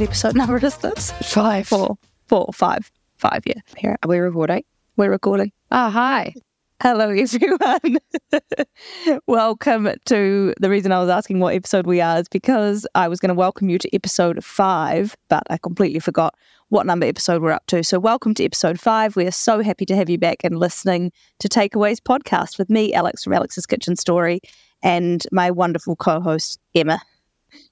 episode number is this? Five. Four, four, five, five. Yeah. Here are we recording? Ah, We're recording. Oh, hi. Hello, everyone. welcome to the reason I was asking what episode we are is because I was going to welcome you to episode five, but I completely forgot what number episode we're up to. So, welcome to episode five. We are so happy to have you back and listening to Takeaways podcast with me, Alex from Alex's Kitchen Story, and my wonderful co host, Emma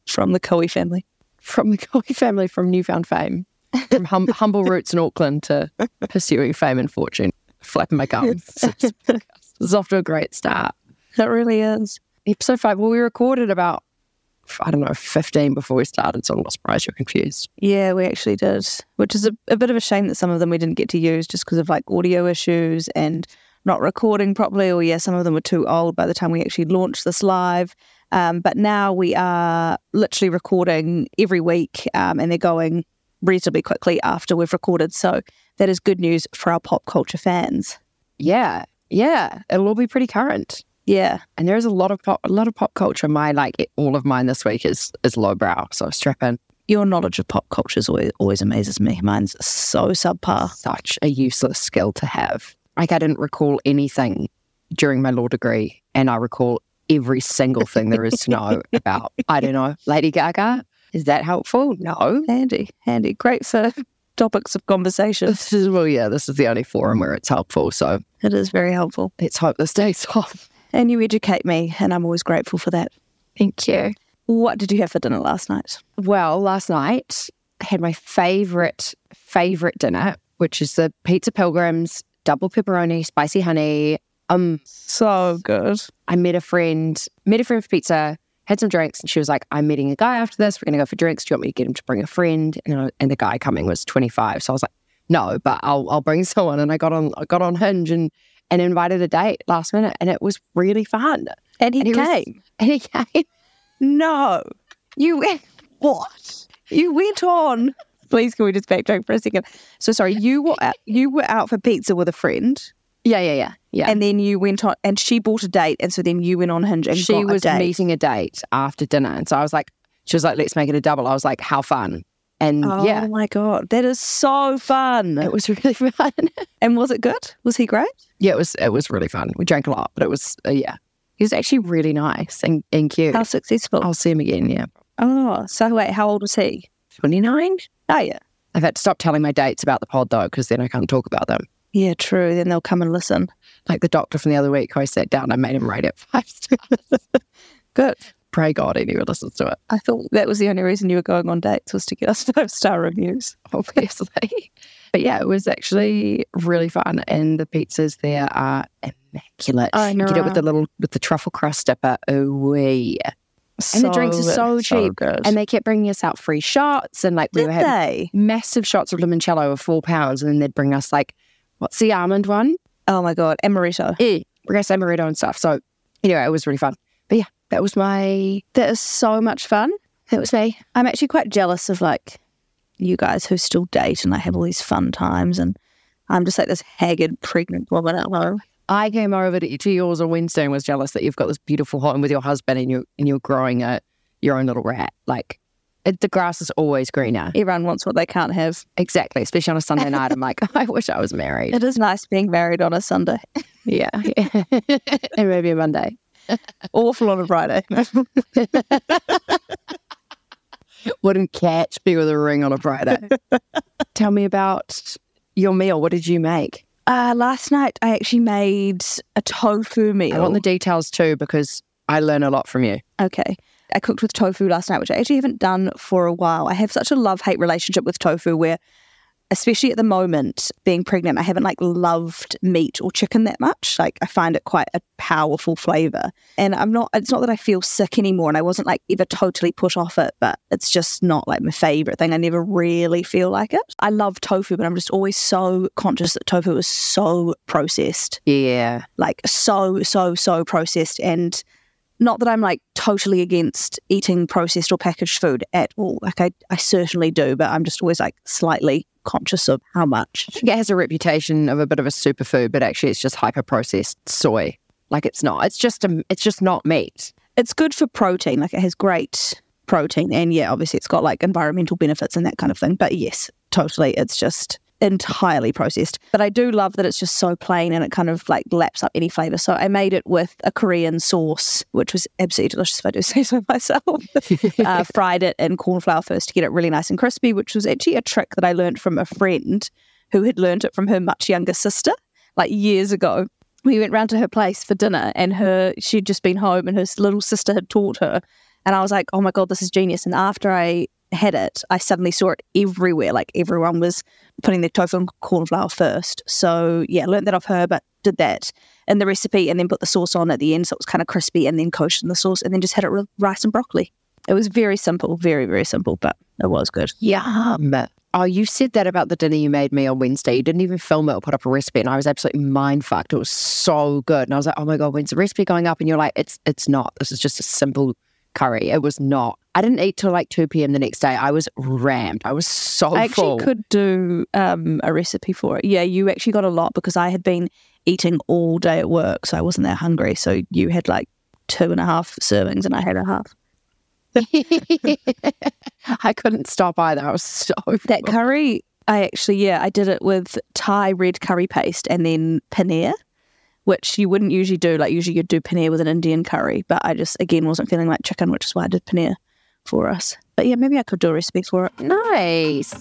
from the Coe family. From the Coley family from newfound fame, from hum- humble roots in Auckland to pursuing fame and fortune. Flapping my gums. this is off to a great start. It really is. Episode five. Well, we recorded about, I don't know, 15 before we started. So I'm not surprised you're confused. Yeah, we actually did, which is a, a bit of a shame that some of them we didn't get to use just because of like audio issues and not recording properly. Or, yeah, some of them were too old by the time we actually launched this live. Um, but now we are literally recording every week um, and they're going reasonably quickly after we've recorded. So that is good news for our pop culture fans. Yeah. Yeah. It'll all be pretty current. Yeah. And there is a lot of pop, a lot of pop culture. My like it- all of mine this week is is lowbrow. So strap in. Your knowledge of pop culture is always, always amazes me. Mine's so subpar. Such a useless skill to have. Like I didn't recall anything during my law degree, and I recall every single thing there is to know about. I don't know Lady Gaga. Is that helpful? No. Handy, handy. Great for topics of conversation. This is well, yeah. This is the only forum where it's helpful. So It is very helpful. let's hope this stays off. And you educate me, and I'm always grateful for that. Thank you. What did you have for dinner last night? Well, last night I had my favorite, favorite dinner, which is the Pizza Pilgrims double pepperoni, spicy honey. Um, So good. I met a friend, met a friend for pizza, had some drinks, and she was like, I'm meeting a guy after this. We're going to go for drinks. Do you want me to get him to bring a friend? And, I, and the guy coming was 25. So I was like, no, but I'll, I'll bring someone. And I got on, I got on Hinge and, and invited a date last minute. And it was really fun. And he And he was- came. And he came. No. You went. What? You went on. Please, can we just backtrack for a second? So sorry, you were out, you were out for pizza with a friend, Yeah, yeah, yeah. Yeah. and then you went on, and she bought a date, and so then you went on Hinge and she got was a date. meeting a date after dinner. And so I was like, she was like, let's make it a double. I was like, how fun. And Oh yeah, my god, that is so fun! it was really fun. And was it good? Was he great? yeah, it was, it was really fun. We drank a lot, but it was, uh, yeah. He was actually really nice and, and cute. How successful? I'll see him again, yeah. Oh, so wait, how old was he? 29? Oh yeah, I've had to stop telling my dates about the pod though, because then I can't talk about them. yeah, true. Then they'll come and listen. Like the doctor from the other week who I sat down, I made him rate it five stars. Good. Pray God anyone listens to it, I thought that was the only reason you were going on dates was to get us five star reviews. obviously. but yeah, it was actually really fun. And the pizzas there are immaculate. I You get it with the know. little, with the truffle crust dipper. Ooh, wee. And the drinks are so cheap. good. And they kept bringing us out free shots. And like, we did were having they? massive shots of limoncello of four pounds. And then they'd bring us like, what's the almond one? Oh my god, amaretto. eh, regress amaretto and stuff. So anyway, it was really fun. But yeah, that was my That is so much fun. that was me. I'm actually quite jealous of like you guys who still date and like have all these fun times, and I'm just like this haggard pregnant woman at home. I came over to, to yours on Wednesday and was jealous that you've got this beautiful home with your husband and you and you're growing a your own little rat. Like it, the grass is always greener. Everyone wants what they can't have. Exactly, especially on a Sunday night. I'm like, I wish I was married. It is nice being married on a Sunday, Yeah, and maybe a Monday. awful on a Friday. Wouldn't catch me with a ring on a Friday. Tell me about your meal. What did you make? uh, last night I actually made a tofu meal. I want the details too because I learn a lot from you. Okay. I cooked with tofu last night, which I actually haven't done for a while. I have such a love hate relationship with tofu where, especially at the moment, being pregnant, I haven't like loved meat or chicken that much. Like, I find it quite a powerful flavor. And I'm not, it's not that I feel sick anymore. And I wasn't like ever totally put off it, but it's just not like my favorite thing. I never really feel like it. I love tofu, but I'm just always so conscious that tofu is so processed Yeah. like so so so processed and not that I'm like totally against eating processed or packaged food at all. Like I, I certainly do, but I'm just always like slightly conscious of how much. think it has a reputation of a bit of a superfood, but actually it's just hyper processed soy. Like it's not. It's um, just a, it's just not meat. It's good for protein. Like it has great protein. And yeah, obviously it's got like environmental benefits and that kind of thing. But yes, totally. It's just entirely processed. But I do love that it's just so plain and it kind of like laps up any flavour. So I made it with a Korean sauce, which was absolutely delicious if I do say so myself. uh, fried it in corn flour first to get it really nice and crispy, which was actually a trick that I learned from a friend who had learned it from her much younger sister like years ago. We went round to her place for dinner and her she'd just been home and her little sister had taught her. And I was like, oh my God, this is genius. And after I had it, I suddenly saw it everywhere. Like everyone was putting their tofu and corn flour first. So yeah, learned that off her, but did that in the recipe and then put the sauce on at the end. So it was kind of crispy and then coated in the sauce and then just had it with rice and broccoli. It was very simple, very, very simple, but it was good. Yum. Oh, you said that about the dinner you made me on Wednesday. You didn't even film it or put up a recipe, and I was absolutely mind fucked. It was so good, and I was like, "Oh my god, when's the recipe going up?" And you're like, "It's it's not. This is just a simple curry. It was not. I didn't eat till like 2 p.m. the next day. I was rammed. I was so I actually full. could do um, a recipe for it. Yeah, you actually got a lot because I had been eating all day at work, so I wasn't that hungry. So you had like two and a half servings, and I had a half. I couldn't stop either. I was so That full. curry, I actually, yeah, I did it with Thai red curry paste and then paneer, which you wouldn't usually do. Like, usually you'd do paneer with an Indian curry, but I just, again, wasn't feeling like chicken, which is why I did paneer for us. But yeah, maybe I could do a recipe for it. nice.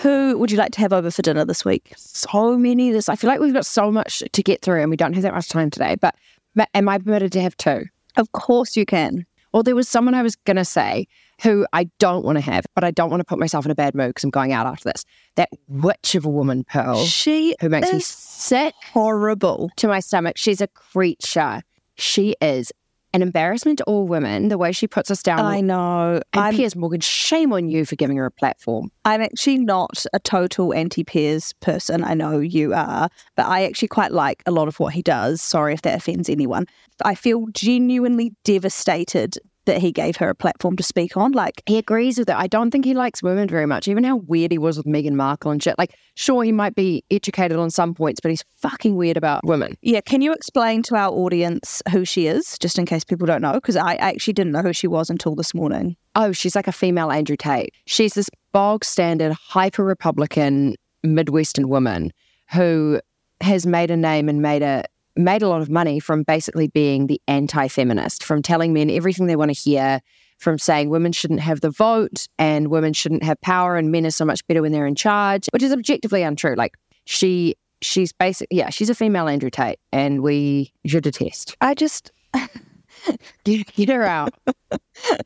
Who would you like to have over for dinner this week? So many this. I feel like we've got so much to get through, and we don't have that much time today. But ma- am I permitted to have two? Of course you can. Or there was someone I was going to say who I don't want to have, but I don't want to put myself in a bad mood because I'm going out after this. That witch of a woman, Pearl, She who makes me is sick horrible. to my stomach. She's a creature. She is an embarrassment to all women, the way she puts us down. I know. and I'm, Piers Morgan, shame on you for giving her a platform. I'm actually not a total anti Piers person. I know you are, but I actually quite like a lot of what he does. Sorry if that offends anyone. I feel genuinely devastated that he gave her a platform to speak on. Like, He agrees with it. I don't think he likes women very much, even how weird he was with Meghan Markle and shit. Like, sure, he might be educated on some points, but he's fucking weird about women. yeah, can you explain to our audience who she is, just in case people don't know? Because I actually didn't know who she was until this morning. oh, she's like a female Andrew Tate. She's this bog standard, hyper Republican Midwestern woman who has made a name and made a made a lot of money from basically being the anti-feminist, from telling men everything they want to hear, from saying women shouldn't have the vote and women shouldn't have power and men are so much better when they're in charge, which is objectively untrue. Like she she's basically yeah, she's a female Andrew Tate and we should detest. I just, Get, get her out.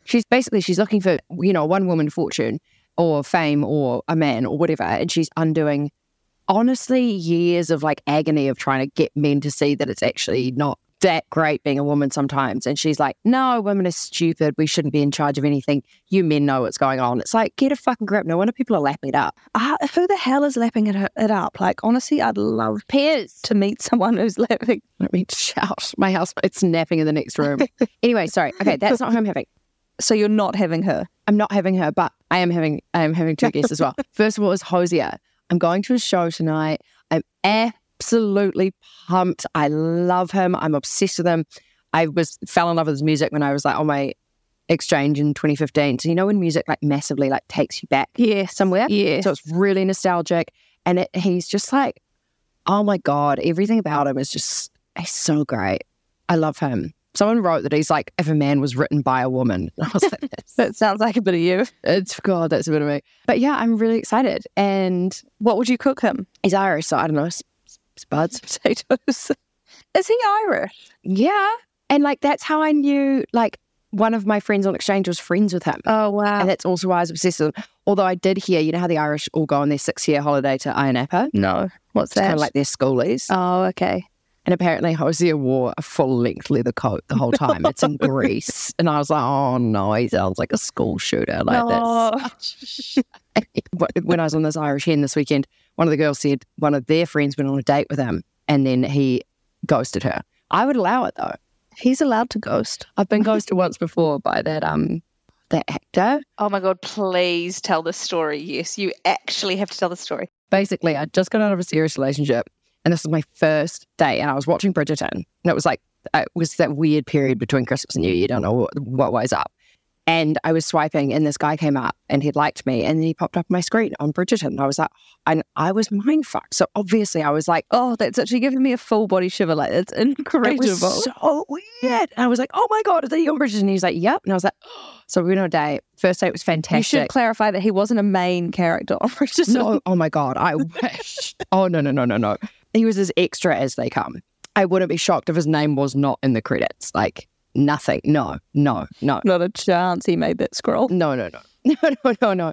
she's basically she's looking for you know one woman fortune or fame or a man or whatever, and she's undoing honestly years of like agony of trying to get men to see that it's actually not that great being a woman sometimes. And she's like, no, women are stupid. We shouldn't be in charge of anything. You men know what's going on. It's like get a fucking grip. No wonder people are lapping it up. uh, who the hell is lapping it, it up? Like, honestly, I'd love Piers. to meet someone who's lapping Let me shout. My housemate's napping in the next room. anyway, sorry. Okay, that's not who I'm having. So you're not having her. I'm not having her, but I am having I am having two guests as well. First of all is Hosier. I'm going to a show tonight. I'm absolutely pumped. I love him. I'm obsessed with him. I was fell in love with his music when I was like on my exchange in 2015. So you know when music like massively like takes you back Yes. somewhere. Yeah. So it's really nostalgic, and it, he's just like, oh my god, everything about him is just he's so great. I love him. Someone wrote that he's like if a man was written by a woman. I was like, that's that sounds like a bit of you. it's God, that's a bit of me. But yeah, I'm really excited. And What would you cook him? he's Irish, so I don't know, s- s- spuds. Potatoes. Is he Irish? Yeah, and like that's how I knew. Like one of my friends on exchange was friends with him, Oh wow. and that's also why I was obsessed with him. Although I did hear, you know how the Irish all go on their six-year holiday to Ironapa. No. What's It's kind that? of like their schoolies. oh, okay. And apparently Hosea wore a full-length leather coat the whole time. It's in Greece. And I was like, oh no, he sounds like a school shooter. Like that's No. Oh. Wh- when I was on this Irish hen this weekend, one of the girls said one of their friends went on a date with him and then he ghosted her. I would allow it though. He's allowed to ghost. I've been ghosted once before by that um that actor. Oh my God, please tell this story. Yes, you actually have to tell the story. Basically, I just got out of a serious relationship and this was my first day and I was watching Bridgerton and it was like, uh, it was that weird period between Christmas and New Year. You don't know what, what was up. And I was swiping and this guy came up and he liked me and then he popped up my screen on Bridgerton. And I was like, and I was mind fucked. So obviously I was like, Oh, that's actually giving me a full body shiver. Like that's It incredible. was so weird. And I was like, oh my God, is that you on Bridgerton? And he was like, yep. And I was like, so we went on a date. First date was you should fantastic. clarify that he wasn't a main character on Bridgerton. No, oh my God, I wish. oh, no, no, no, no, no. He was as extra as they come. I wouldn't be shocked if his name was not in the credits. Like, nothing. No, no, no. Not a chance he made that scroll. No, no, no. No, no, no, no.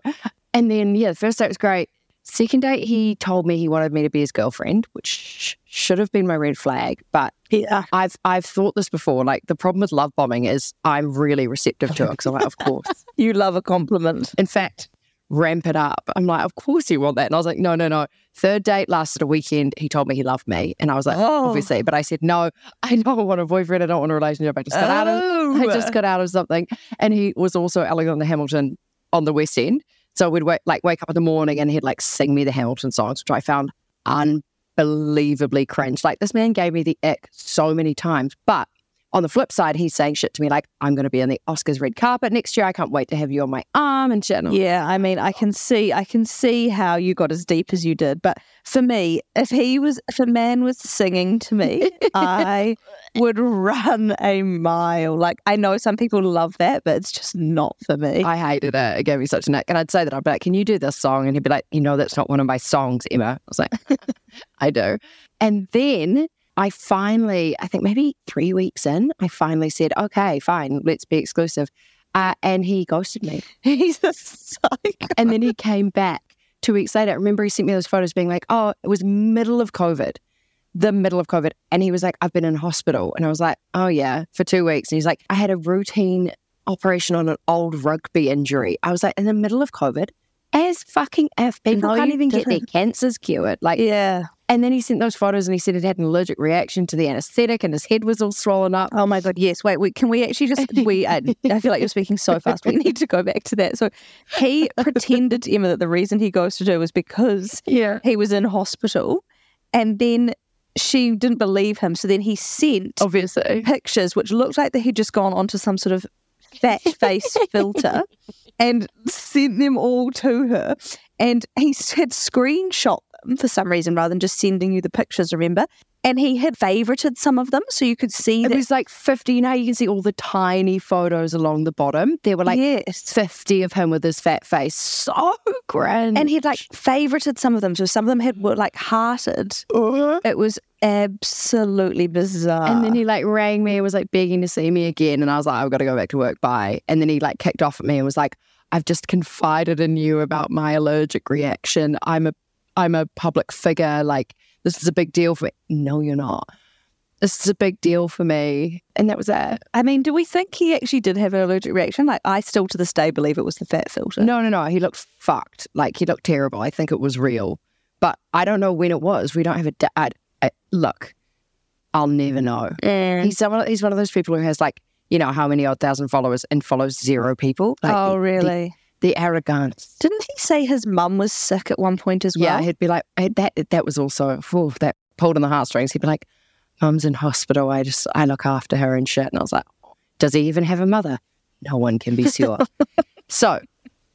And then, yeah, the first date was great. Second date, he told me he wanted me to be his girlfriend, which sh- should have been my red flag. But Yeah. I've I've thought this before. Like the problem with love bombing is I'm really receptive to it because I'm like, of course. You love a compliment. In fact, ramp it up. I'm like, of course you want that. And I was like, no, no, no. Third date lasted a weekend. He told me he loved me, and I was like, Oh. obviously. But I said, no, I don't want a boyfriend. I don't want a relationship. I just got out of Oh. I just got out of something. And he was also Alexander Hamilton on the West End. So we'd wake, like wake up in the morning and he'd like sing me the Hamilton songs, which I found unbelievably cringe. Like this man gave me the ick so many times. But on the flip side, he's saying shit to me like, I'm going to be on the Oscars red carpet next year. I can't wait to have you on my arm and shit. And I'm Yeah, I mean, I can see, I can see how you got as deep as you did. But for me, if he was, if a man was singing to me, I would run a mile. Like I know some people love that, but it's just not for me. I hated it. It gave me such an ick. And I'd say that I'd be like, Can you do this song? And he'd be like, You know, that's not one of my songs, Emma. I was like, I do. And then I finally, I think maybe three weeks in, I finally said, Okay, fine, let's be exclusive. Uh, and he ghosted me. He's a psycho. And then he came back two weeks later. Remember, he sent me those photos being like, Oh, it was middle of COVID. The middle of COVID. And he was like, I've been in hospital. And I was like, Oh, yeah, for two weeks. And he's like, I had a routine operation on an old rugby injury. I was like, In the middle of COVID, as fucking F, people No, can't you even get their didn't. cancers cured. Like, Yeah. and then he sent those photos and he said it had an allergic reaction to the anesthetic and his head was all swollen up. Oh my god. Yes. Wait. We, can we actually just? We. I, I feel like you're speaking so fast. We need to go back to that. So he pretended to Emma that the reason he ghosted her was because Yeah. he was in hospital and then she didn't believe him so then he sent Oh. Obviously. pictures which looked like that he'd just gone onto some sort of fat face filter and sent them all to her and he s- had screenshot them for some reason rather than just sending you the pictures remember and he had favorited some of them so you could see It that was like 50. Now you can see all the tiny photos along the bottom. There were like yes 50 of him with his fat face. So grand. and he'd like favorited some of them so some of them had were like hearted Uh. it was absolutely bizarre and then he like rang me and was like begging to see me again. And I was like, I've got to go back to work. Bye. And then he like kicked off at me and was like, I've just confided in you about my allergic reaction. I'm a I'm a public figure. Like this is a big deal for me. No, you're not. This is a big deal for me. And that was it. I mean, do we think he actually did have an allergic reaction? Like, I still to this day believe it was the fat filter. No, no, no. He looked fucked. Like he looked terrible. I think it was real, but I don't know when it was. We don't have a da- I- I- look. I'll never know. He's someone. He's one of those people who has like you know how many odd thousand followers and follows zero people. Like, oh, the- really? The, the arrogance. Didn't he say his mum was sick at one point as Yeah, well? he'd be like eh, that. That was also whew, that pulled on the heartstrings. He'd be like, "Mum's in hospital. I just I look after her and shit." And I was like, "Does he even have a mother?" No one can be sure. so,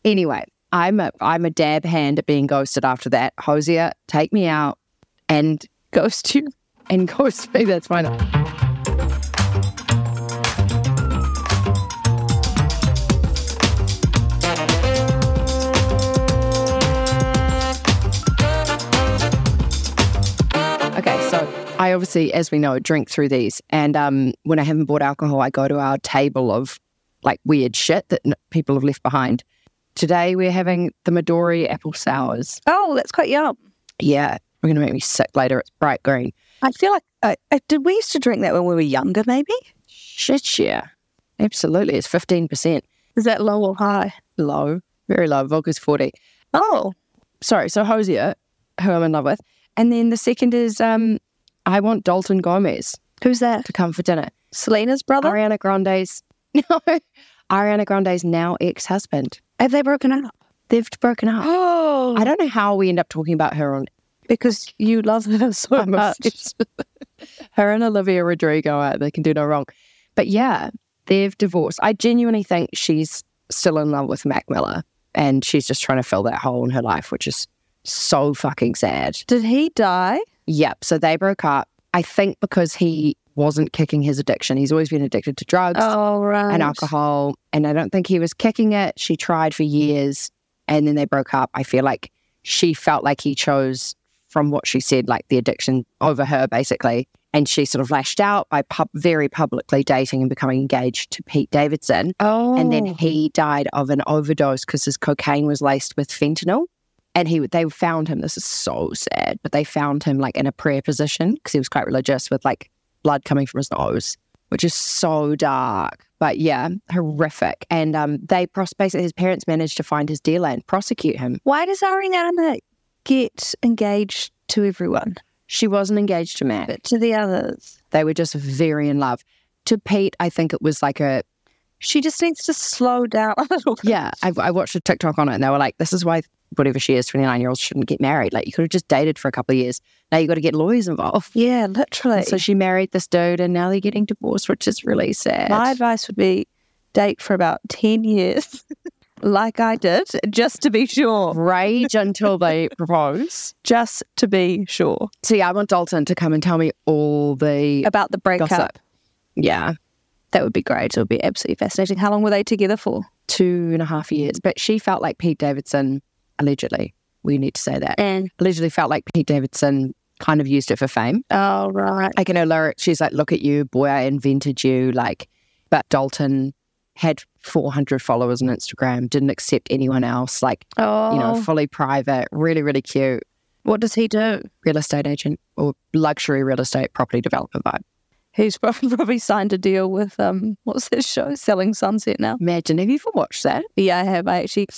anyway, I'm a I'm a dab hand at being ghosted after that. Hosier, take me out and ghost you and ghost me. That's fine. Okay, so I obviously, as we know, drink through these, and um, when I haven't bought alcohol, I go to our table of like weird shit that n- people have left behind. Today we're having the Midori apple sours. Oh, that's quite yum. Yeah, we're gonna make me sick later. It's bright green. I feel like uh, uh, did we used to drink that when we were younger? Maybe Shit, yeah, absolutely. It's fifteen percent is that low or high? low, very low. Vodka's forty. Oh, Sorry, so Hosier, who I'm in love with, and then the second is um, I want Dalton Gomez who's that? to come for dinner. Selena's brother. Ariana Grande's. No, Ariana Grande's now ex husband. Have they broken up? They've broken up. Oh, I don't know how we end up talking about her on because you love her so I'm much. obsessed with- her and Olivia Rodrigo. uh, They can do no wrong. But yeah, they've divorced. I genuinely think she's still in love with Mac Miller, and she's just trying to fill that hole in her life, which is so fucking sad. Did he die? Yep. So they broke up. I think because he wasn't kicking his addiction. He's always been addicted to drugs Oh, right. and alcohol. And I don't think he was kicking it. She tried for years and then they broke up. I feel like she felt like he chose, from what she said, like the addiction over her, basically. And she sort of lashed out by pub- very publicly dating and becoming engaged to Pete Davidson. Oh, And then he died of an overdose because his cocaine was laced with fentanyl. And he, they found him. This is so sad, but they found him like in a prayer position because he was quite religious, with like blood coming from his nose, which is so dark. But yeah, horrific. And um, they pros- basically his parents managed to find his dealer and prosecute him. why does Ariana get engaged to everyone, She wasn't engaged to Matt. but to the others? They were just very in love. To Pete, I think it was like a She just needs to slow down a little bit. Yeah, I, I watched a TikTok on it, and they were like, "This is why whatever she is, twenty nine year olds shouldn't get married. Like, you could have just dated for a couple of years. Now you got to get lawyers involved." Yeah, And literally. so she married this dude, and now they're getting divorced, which is really sad. My advice would be date for about 10 years, like I did, just to be sure. Rage until they propose. Just to be sure So yeah, I want Dalton to come and tell me all the about the breakup. gossip. Yeah, That would be great. It would be absolutely fascinating. How long were they together for? two and a half years, but she felt like Pete Davidson allegedly. We need to say that And allegedly felt like Pete Davidson kind of used it for fame. oh, right. like in her lyrics, she's like, "Look at you, boy! I invented you." Like, but Dalton had 400 followers on Instagram, didn't accept anyone else. Like, Oh, you know, fully private, really, really cute what does he do? real estate agent or luxury real estate property developer vibe. He's probably, probably signed a deal with, um, what's this show? Selling Sunset now. Imagine have you ever watched that? Yeah, I have. I actually,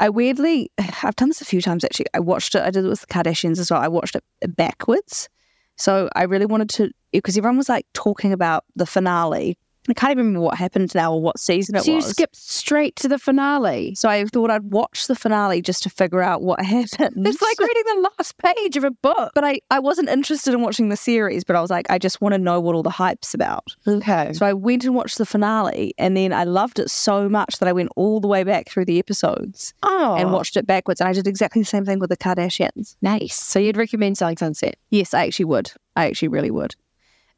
I weirdly, I've done this a few times actually. I watched it, I did it with the Kardashians as well. I watched it backwards. So I really wanted to, because everyone was like talking about the finale. I can't even remember what happened now or what season it so was. you skipped straight to the finale. so I thought I'd watch the finale just to figure out what happened. It's like reading the last page of a book. but I, I wasn't interested in watching the series, but I was like, I just want to know what all the hype's about. Okay. So I went and watched the finale, and then I loved it so much that I went all the way back through the episodes Oh, and watched it backwards. And I did exactly the same thing with the Kardashians. Nice. So you'd recommend Selling Sunset? Yes, I actually would. I actually really would.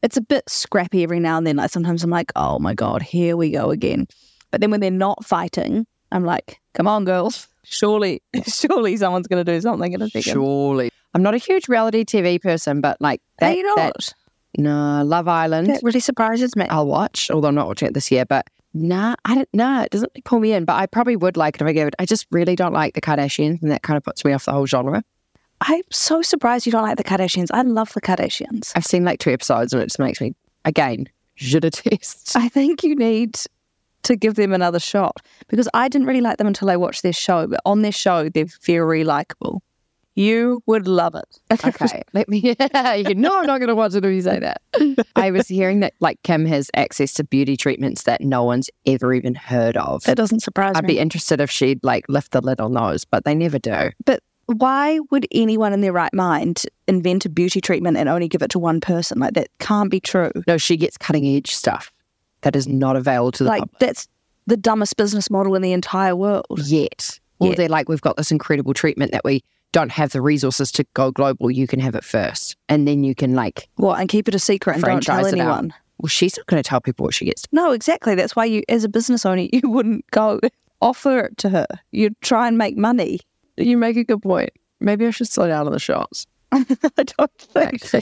It's a bit scrappy every now and then. Like sometimes I'm like, oh my God, here we go again. But then when they're not fighting, I'm like, come on, girls. Surely, surely someone's going to do something in a second. Surely. I'm not a huge reality TV person, but like Are that, you not? that No, uh, Love Island. That really surprises me. I'll watch, although I'm not watching it this year. But nah, I don't. Nah, it doesn't really pull me in. But I probably would like it if I gave it. I just really don't like the Kardashians, and that kind of puts me off the whole genre. I'm so surprised you don't like the Kardashians. I love the Kardashians. I've seen like two episodes, and it just makes me again je deteste. I think you need to give them another shot because I didn't really like them until I watched their show, but on their show, they're very likable. You would love it. Okay, let me. you know, I'm not going to watch it if you say that. I was hearing that like Kim has access to beauty treatments that no one's ever even heard of. That doesn't surprise I'd me. be interested if she'd like lift the lid on those, but they never do. Why would anyone in their right mind invent a beauty treatment and only give it to one person? Like, that can't be true. No, she gets cutting edge stuff that is not available to the Like, public. that's the dumbest business model in the entire world. yet. Or Yet. they're like, we've got this incredible treatment that we don't have the resources to go global. You can have it first. And then you can, like, What? And keep it a secret and don't tell Franchise it out. anyone. well, she's not going to tell people what she gets. No, exactly. That's why you, as a business owner, you wouldn't go offer it to her. You'd try and make money. You make a good point. Maybe I should slow down on the shots. I don't think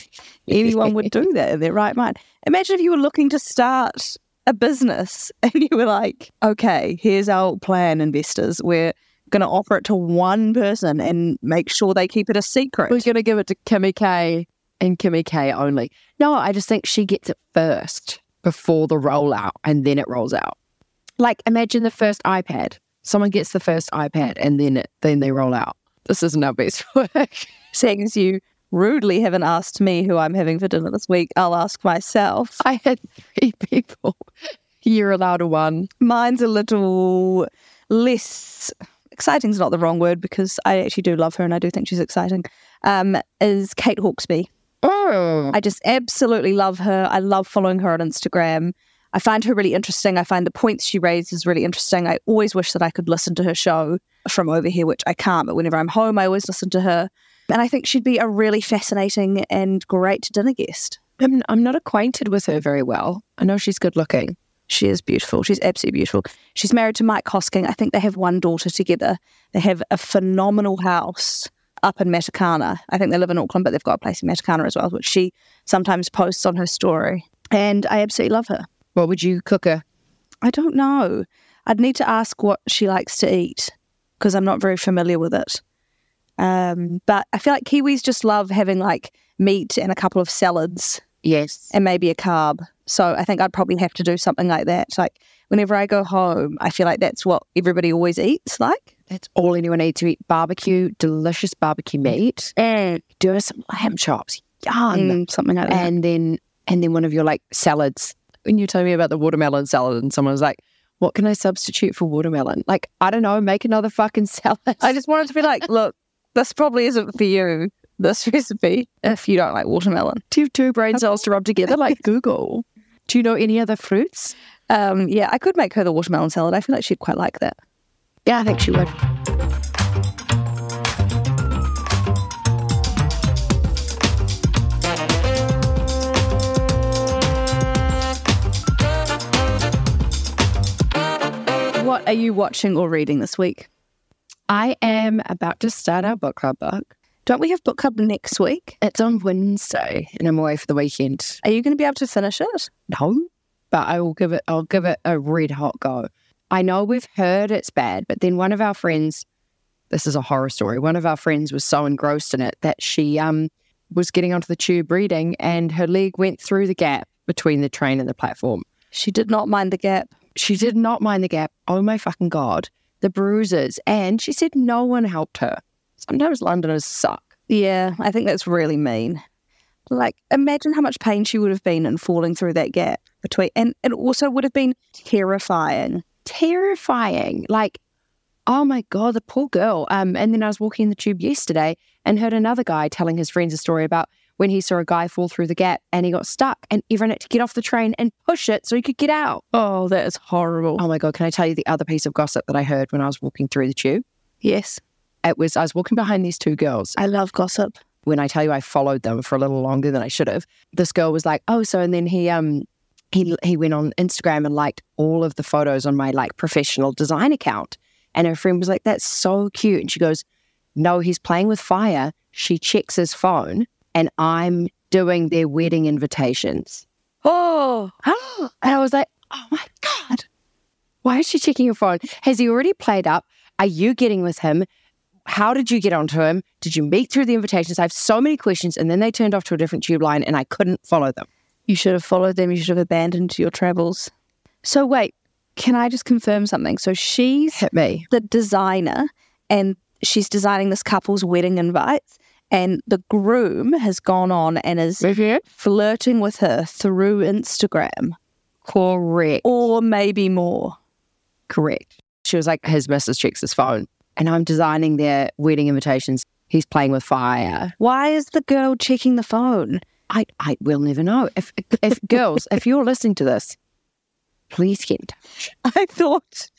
anyone would do that in their right mind. Imagine if you were looking to start a business and you were like, okay, here's our plan, investors. We're going to offer it to one person and make sure they keep it a secret. We're going to give it to Kimmy K and Kimmy K only. No, I just think she gets it first before the rollout and then it rolls out. Like, imagine the first iPad. Someone gets the first iPad and then it, then they roll out. This isn't our best work. Seeing as you rudely haven't asked me who I'm having for dinner this week, I'll ask myself. I had three people You're allowed a one. Mine's a little less exciting's not the wrong word because I actually do love her and I do think she's exciting. Um, is Kate Hawkesby. Oh. I just absolutely love her. I love following her on Instagram. I find her really interesting. I find the points she raises really interesting. I always wish that I could listen to her show from over here, which I can't, but whenever I'm home, I always listen to her. And I think she'd be a really fascinating and great dinner guest. I'm, I'm not acquainted with her very well. I know she's good looking. She is beautiful. She's absolutely beautiful. She's married to Mike Hosking. I think they have one daughter together. They have a phenomenal house up in Matakana. I think they live in Auckland, but they've got a place in Matakana as well, which she sometimes posts on her story. And I absolutely love her. What would you cook her? I don't know. I'd need to ask what she likes to eat because I'm not very familiar with it. Um, but I feel like Kiwis just love having like meat and a couple of salads Yes. and maybe a carb. So I think I'd probably have to do something like that. Like whenever I go home, I feel like that's what everybody always eats. Like That's all anyone needs to eat. Barbecue, delicious barbecue meat. And do her some lamb chops. Yum. Mm, something like that. and then and then one of your like salads. When you told me about the watermelon salad, and someone was like, "What can I substitute for watermelon?" Like, I don't know, make another fucking salad. I just wanted to be like, look, this probably isn't for you. This recipe, if you don't like watermelon. two two brain cells to rub together, like Google. Do you know any other fruits? Um, yeah, I could make her the watermelon salad. I feel like she'd quite like that. Yeah, I think she would. What are you watching or reading this week? I am about to start our book club book. Don't we have book club next week? It's on Wednesday, and I'm away for the weekend. Are you going to be able to finish it? No, but I will give it. I'll give it a red hot go. I know we've heard it's bad, but then one of our friends, this is a horror story. One of our friends was so engrossed in it that she um was getting onto the tube reading, and her leg went through the gap between the train and the platform. She did not mind the gap. She did not mind the gap. Oh my fucking god, the bruises! And she said no one helped her. Sometimes Londoners suck. Yeah, I think that's really mean. Like, imagine how much pain she would have been in falling through that gap between, and it also would have been terrifying. terrifying. Like, oh my god, the poor girl. Um, and then I was walking in the tube yesterday and heard another guy telling his friends a story about when he saw a guy fall through the gap and he got stuck, and everyone had to get off the train and push it so he could get out. Oh, that is horrible. Oh my god, can I tell you the other piece of gossip that I heard when I was walking through the tube? yes, It was I was walking behind these two girls. I love gossip. When I tell you I followed them for a little longer than I should have, this girl was like, "Oh, so," and then he um. He, he went on Instagram and liked all of the photos on my like professional design account. And her friend was like, That's so cute. And she goes, No, he's playing with fire. She checks his phone and I'm doing their wedding invitations. Oh, and I was like, Oh my God. Why is she checking your phone? Has he already played up? Are you getting with him? How did you get onto him? Did you meet through the invitations? I have so many questions. And then they turned off to a different tube line and I couldn't follow them. you should have followed them. You should have abandoned your travels. So, wait, can I just confirm something? So, she's Hit me. the designer and she's designing this couple's wedding invites, and the groom has gone on and is flirting with her through Instagram Correct. or maybe more. Correct. She was like, his missus checks his phone. And I'm designing their wedding invitations. He's playing with fire. Why is the girl checking the phone? I, I will never know. If, if girls, if you're listening to this, please get in touch. I thought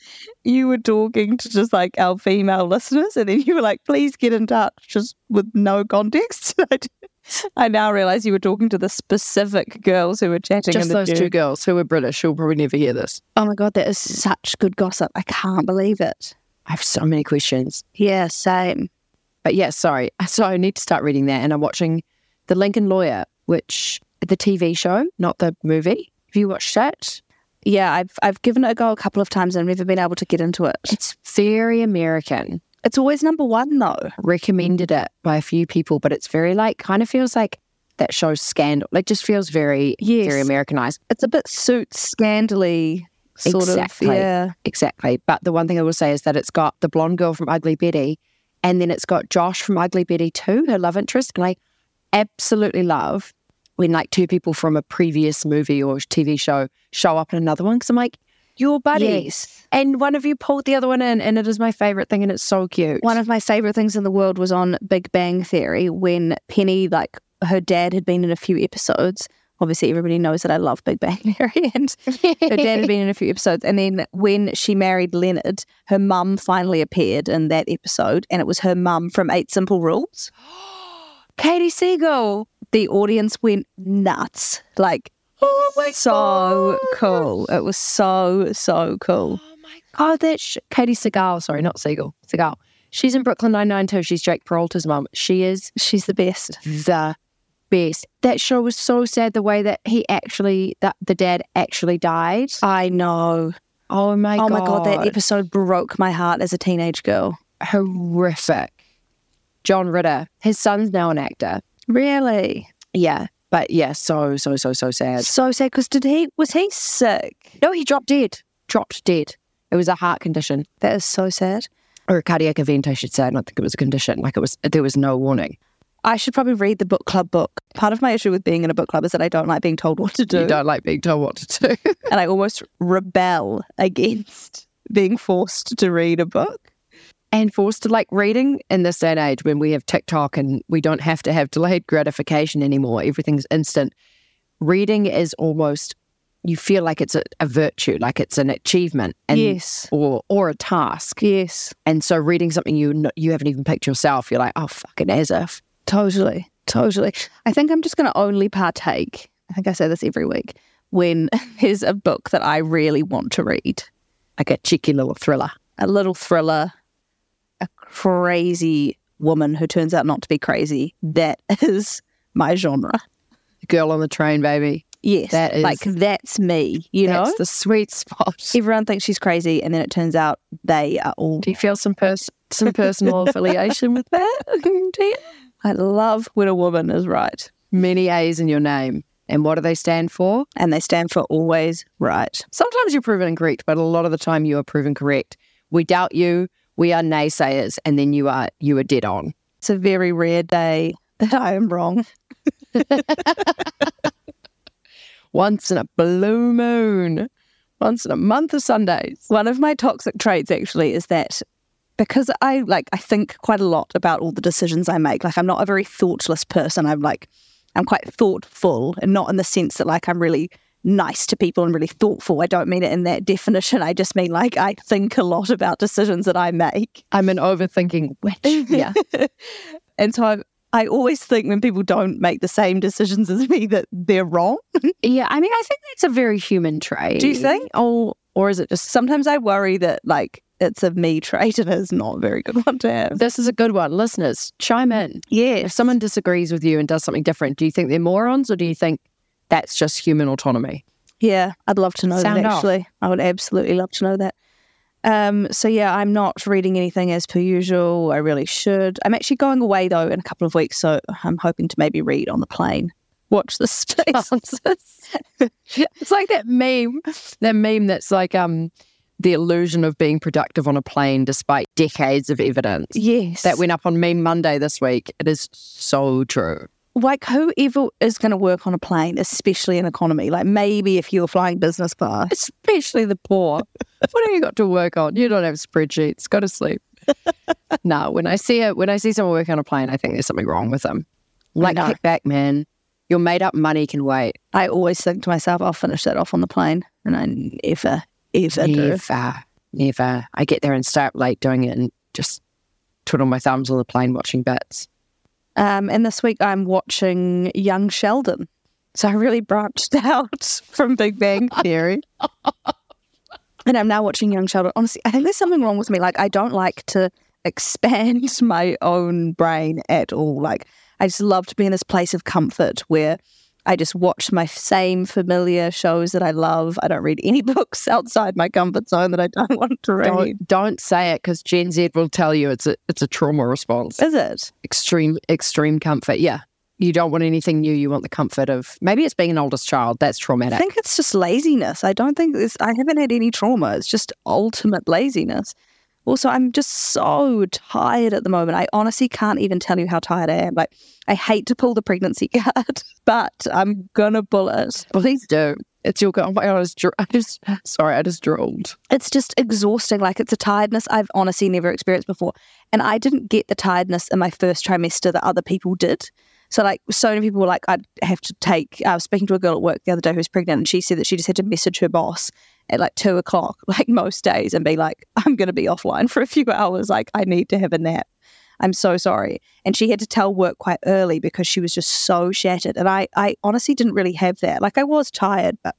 you were talking to just like our female listeners, and then you were like, please get in touch just with no context. I d- I now realize you were talking to the specific girls who were chatting. in Just the those two group. girls who are British, who'll probably never hear this. Oh my God, that is such good gossip. I can't believe it. I have so many questions. Yeah, same. But yeah, sorry. So I need to start reading that. And I'm watching The Lincoln Lawyer, which the TV show, not the movie. Have you watched it? Yeah, I've I've given it a go a couple of times and never been able to get into it. It's very American. It's always number one though. recommended it by a few people, but it's very like kind of feels like that show scandal. It just feels very Yes. very Americanized. It's a bit suits scandally sort Exactly. of. Yeah. Exactly. But the one thing I will say is that it's got the blonde girl from Ugly Betty and then it's got Josh from Ugly Betty too, her love interest. And I absolutely love when like two people from a previous movie or TV show show up in another one because I'm like, your buddies. And one of you pulled the other one in, and it is my favorite thing, and it's so cute. One of my favorite things in the world was on Big Bang Theory when Penny, like her dad, had been in a few episodes. Obviously, everybody knows that I love Big Bang Theory, and her dad had been in a few episodes. And then when she married Leonard, her mum finally appeared in that episode, and it was her mum from Eight Simple Rules. Katie Seagull. The audience went nuts. Like, Oh my so God. cool. It was so, so cool. Oh my God. Oh, that's sh- Katie Seagal. Sorry, not Seagal. Seagal. She's in Brooklyn Nine Nine too. She's Jake Peralta's mum. She is She's the best. the best. That show was so sad. The way that he actually, that the dad actually died. I know. Oh my oh god! my God, that episode broke my heart as a teenage girl. horrific. John Ritter. His son's now an actor. Really? Yeah, but yeah, so so so so sad. So sad because did he was he sick? No, he dropped dead. Dropped dead. It was a heart condition That is so sad. or a cardiac event, I should say. I don't think it was a condition. Like it was, there was no warning. I should probably read the book club book. Part of my issue with being in a book club is that I don't like being told what to do, You don't like being told what to do. and I almost rebel against being forced to read a book. and forced to like reading in this day and age when we have TikTok and we don't have to have delayed gratification anymore. Everything's instant. Reading is almost you feel like it's a, a virtue, like it's an achievement, and Yes. or or a task. Yes, And so reading something you kn- you haven't even picked yourself, you're like, oh fucking as if. totally, totally. I think I'm just going to only partake. I think I say this every week when there's a book that I really want to read, Like a cheeky little thriller. a little thriller, a crazy woman who turns out not to be crazy. That is my genre. Girl on the train, baby. Yes. That is- like that's me, you That's know? the sweet spot. Everyone thinks she's crazy and then it turns out they are all Do you feel some pers- some personal affiliation with that? I love when a woman is right. Many A's in your name. And what do they stand for? And they stand for always right. Sometimes you're proven incorrect, but a lot of the time you are proven correct. We doubt you. We are naysayers, and then you are you are dead on. It's a very rare day that I am wrong. Once in a blue moon, once in a month of Sundays. One of my toxic traits actually is that because I like I think quite a lot about all the decisions I make. Like I'm not a very thoughtless person. I'm like I'm quite thoughtful and not in the sense that like I'm really nice to people and really thoughtful. I don't mean it in that definition. I just mean like I think a lot about decisions that I make. I'm an overthinking witch. Yeah. and so I I always think when people don't make the same decisions as me that they're wrong. yeah. I mean, I think that's a very human trait. Do you think? Oh, or is it just Sometimes I worry that like it's a me trait and it's not a very good one to have. this is a good one, listeners? Chime in. Yeah. If someone disagrees with you and does something different, do you think they're morons, or do you think that's just human autonomy? Yeah, I'd love to know Sound that off. actually. I would absolutely love to know that. Um, so yeah, I'm not reading anything as per usual. I really should. I'm actually going away though in a couple of weeks, so I'm hoping to maybe read on the plane. Watch this Oh, space. it's like that meme, that meme that's like um the illusion of being productive on a plane despite decades of evidence. yes. That went up on Meme Monday this week. It is so true. like whoever is going to work on a plane, especially in economy, like maybe if you're flying business class. Especially the poor. what have you got to work on? You don't have spreadsheets. Go to sleep. no, when I see it, when I see someone working on a plane, I think there's something wrong with them. Like know. kick back, man. Your made up money can wait. I always think to myself, I'll finish that off on the plane, and I never, ever do. Never, never. I get there and stay up late doing it and just twiddle my thumbs on the plane watching bits. Um, and this week I'm watching Young Sheldon, so I really branched out from Big Bang Theory. And I'm now watching Young Sheldon. Honestly, I think there's something wrong with me. Like, I don't like to expand my own brain at all. Like, I just love to be in this place of comfort where I just watch my same familiar shows that I love. I don't read any books outside my comfort zone that I don't want to read. Don't, don't say it because Gen Z will tell you it's a it's a trauma response. Is it? Extreme extreme comfort. Yeah, you don't want anything new. You want the comfort of maybe it's being an oldest child. That's I traumatic. think it's just laziness. I don't think this, I haven't had any trauma. It's just ultimate laziness. Also, I'm just so tired at the moment. I honestly can't even tell you how tired I am. Like, I hate to pull the pregnancy card, but I'm gonna pull it. Please do. It's your girl. Oh my God, I was dr- I just sorry, I just drooled. It's just exhausting. Like, it's a tiredness I've honestly never experienced before. And I didn't get the tiredness in my first trimester that other people did. So, like, so many people were like, I'd have to take. I was speaking to a girl at work the other day who was pregnant, and she said that she just had to message her boss at like two o'clock, like most days, and be like, I'm going to be offline for a few hours. Like, I need to have a nap. I'm so sorry. And she had to tell work quite early because she was just so shattered. And I, I honestly didn't really have that. Like, I was tired, but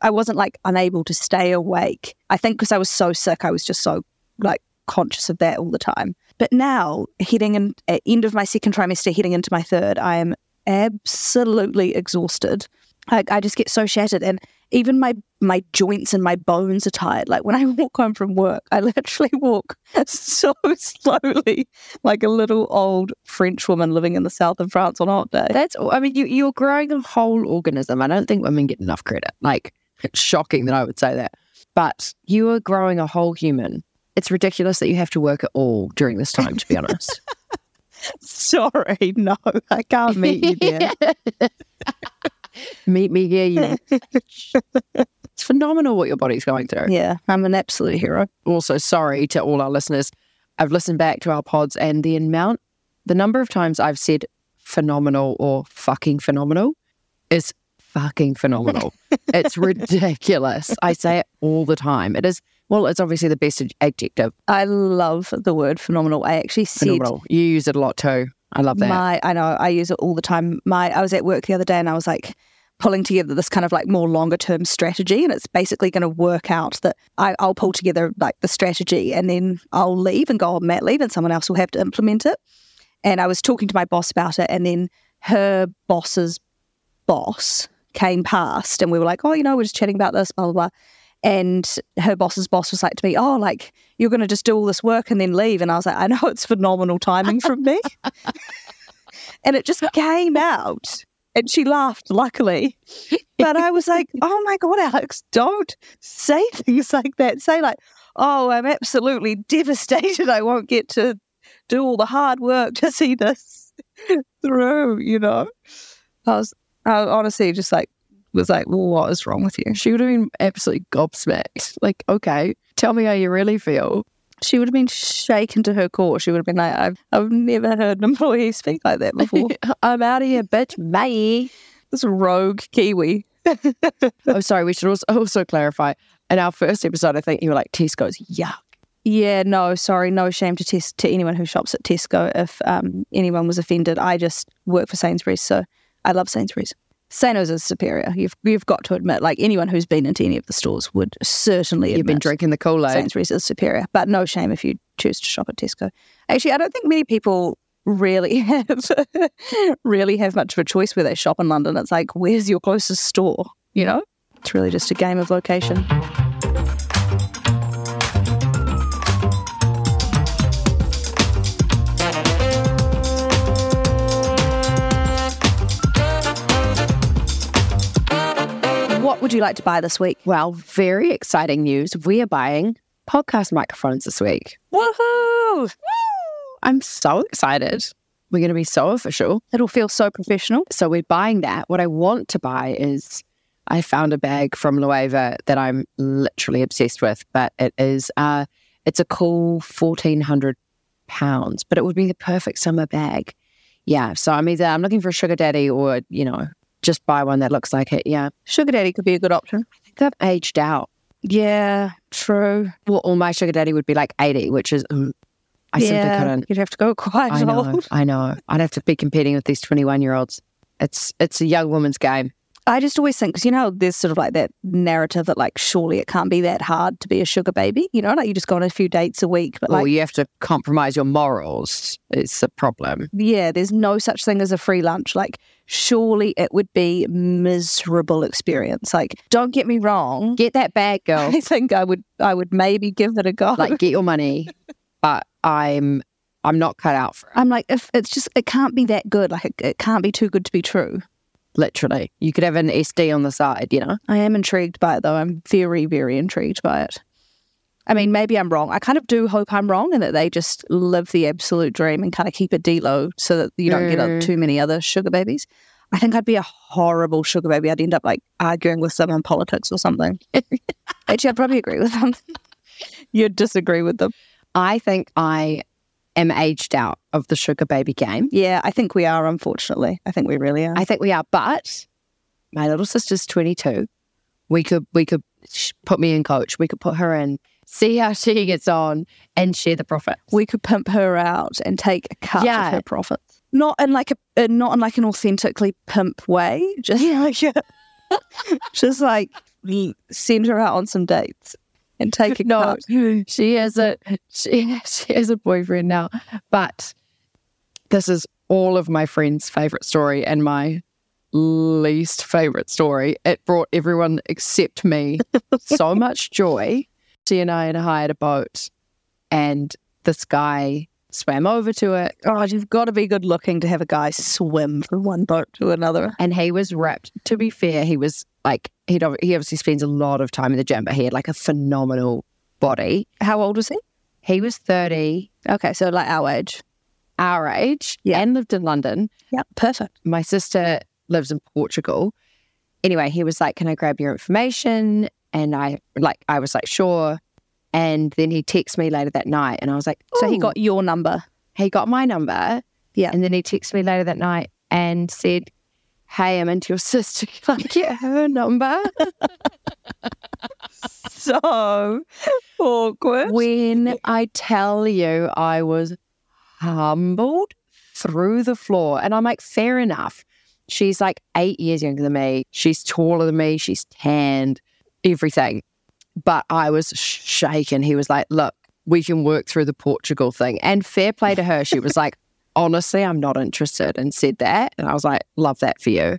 I wasn't like unable to stay awake. I think because I was so sick, I was just so like conscious of that all the time. But now, heading in at end of my second trimester, heading into my third, I am absolutely exhausted. I, I just get so shattered, and even my my joints and my bones are tired. Like when I walk home from work, I literally walk so slowly, like a little old French woman living in the south of France on a hot day. That's all. I mean, you you're growing a whole organism. I don't think women get enough credit. Like it's shocking that I would say that. But you are growing a whole human. It's ridiculous that you have to work at all during this time, to be honest. Sorry, no, I can't meet you there. Meet me here, you. It's phenomenal what your body's going through. yeah, I'm an absolute hero. also sorry to all our listeners. I've listened back to our pods and the amount, the number of times I've said phenomenal or fucking phenomenal is fucking phenomenal. it's ridiculous. I say it all the time. It is, well, it's obviously the best ad- adjective. I love the word phenomenal. I actually said Phenomenal. You use it a lot too. I love that. my I know I use it all the time. My I was at work the other day and I was like pulling together this kind of like more longer term strategy and it's basically going to work out that I, I'll pull together like the strategy and then I'll leave and go on mat leave and someone else will have to implement it. And I was talking to my boss about it and then her boss's boss came past and we were like, oh, you know, we're just chatting about this, blah, blah, blah. And her boss's boss was like to me, oh, like you're going to just do all this work and then leave. And I was like, I know it's phenomenal timing from me. and it just came out. And she laughed, luckily. But I was like, oh my God, Alex, don't say things like that. Say, like, oh, I'm absolutely devastated. I won't get to do all the hard work to see this through, you know? I was, I honestly just like, was like, well, what is wrong with you? she would have been absolutely gobsmacked. Like, okay, tell me how you really feel. She would have been shaken to her core. She would have been like, I've, I've never heard an employee speak like that before. I'm out of here, bitch. Bye. this rogue Kiwi. oh, sorry. We should also, also clarify. In our first episode, I think you were like, Tesco's yuck. Yeah, no, sorry, no shame to tes- to anyone who shops at Tesco if um, anyone was offended. I just work for Sainsbury's, so I love Sainsbury's. Sano's is superior. You've you've got to admit, like anyone who's been into any of the stores would certainly You've been admit drinking the Kool Aid. Sainsbury's is superior. But no shame if you choose to shop at Tesco. Actually, I don't think many people really have really have much of a choice where they shop in London. It's like, where's your closest store? You know, it's really just a game of location. What would you like to buy this week? Well, very exciting news. We are buying podcast microphones this week. Woohoo! I'm so excited. We're going to be so official. It'll feel so professional. So we're buying that. What I want to buy is I found a bag from Loewe that I'm literally obsessed with, but it is uh it's a cool fourteen hundred pounds, but it would be the perfect summer bag. Yeah. So I'm either I'm looking for a sugar daddy or, you know, just buy one that looks like it. Yeah. Sugar daddy could be a good option. I think I've aged out. Yeah, true. Well, all my sugar daddy would be like eighty, which is mm, I simply couldn't. You'd have to go quite I know, old. I know. I'd have to be competing with these twenty-one-year-olds. It's it's a young woman's game. I just always think, because you know, there's sort of like that narrative that, like, surely it can't be that hard to be a sugar baby. You know, like you just go on a few dates a week, but Well, like, you have to compromise your morals. It's a problem. yeah, there's no such thing as a free lunch. Like, surely it would be miserable experience. Like, don't get me wrong. Get that bag, girl. I think I would, I would maybe give it a go. like get your money, but I'm I'm not cut out for it. I'm like, if it's just, it can't be that good. Like, it, it can't be too good to be true. Literally, you could have an SD on the side. You know, I am intrigued by it, though. I'm very, very intrigued by it. I mean, maybe I'm wrong. I kind of do hope I'm wrong and that they just live the absolute dream and kind of keep it D low so that you don't get Mm. up too many other sugar babies. I think I'd be a horrible sugar baby. I'd end up like arguing with them on politics or something. Actually, I'd probably agree with them. You'd disagree with them. I think I am aged out of the sugar baby game. Yeah, I think we are, unfortunately. I think we really are. I think we are, but my little sister's 22. We could we could sh- put me in coach. We could put her in, see how she gets on, and share the profit. we could pimp her out and take a cut Yeah. of her profits. Not in like a uh, not in like an authentically pimp way. Just like just like send her out on some dates and take a No. cut. she has a she, she has a boyfriend now, but this is all of my friends' favorite story and my least favorite story. It brought everyone except me so much joy. She and I had hired a boat, and this guy swam over to it, Oh, you've got to be good looking to have a guy swim from one boat to another. and he was ripped. To be fair, he was like he he obviously spends a lot of time in the gym, but he had like a phenomenal body. How old was he? He was thirty, Okay, so like our age. our age, Yeah. and lived in London. Yeah, perfect. my sister lives in Portugal. Anyway, he was like, Can I grab your information? And I like I was like, sure. And then he texted me later that night and I was like, So he "Ooh." got your number. he got my number. Yeah. And then he texted me later that night and said, Hey, I'm into your sister. Can I get her number? So awkward. when I tell you I was humbled through the floor, and I'm like, fair enough. She's like eight years younger than me. She's taller than me. She's tanned, everything. But I was sh- shaken. He was like, look, we can work through the Portugal thing. And fair play to her. She was like, honestly, I'm not interested, and said that. And I was like, love that for you.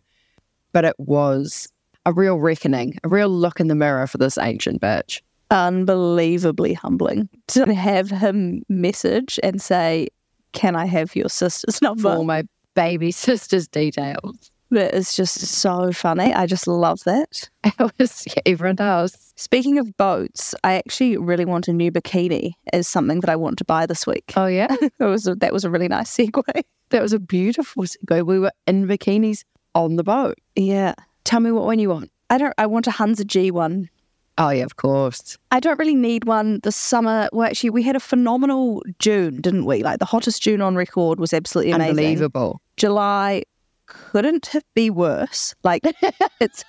But it was a real reckoning, a real look in the mirror for this ancient bitch. unbelievably humbling to have him message and say, "Can I have your sister's number?" for my baby sister's details. That is just so funny. I just love that. It was, yeah, everyone does. Speaking of boats, I actually really want a new bikini as something that I want to buy this week. Oh, yeah. That was a, that was a really nice segue. That was a beautiful segue. We were in bikinis on the boat. Yeah, Tell me what one you want. I don't. I want a Hunza G one. Oh, yeah, of course. I don't really need one this summer. Well, actually, we had a phenomenal June, didn't we? Like the hottest June on record was absolutely amazing. Unbelievable. July couldn't have be worse. Like it's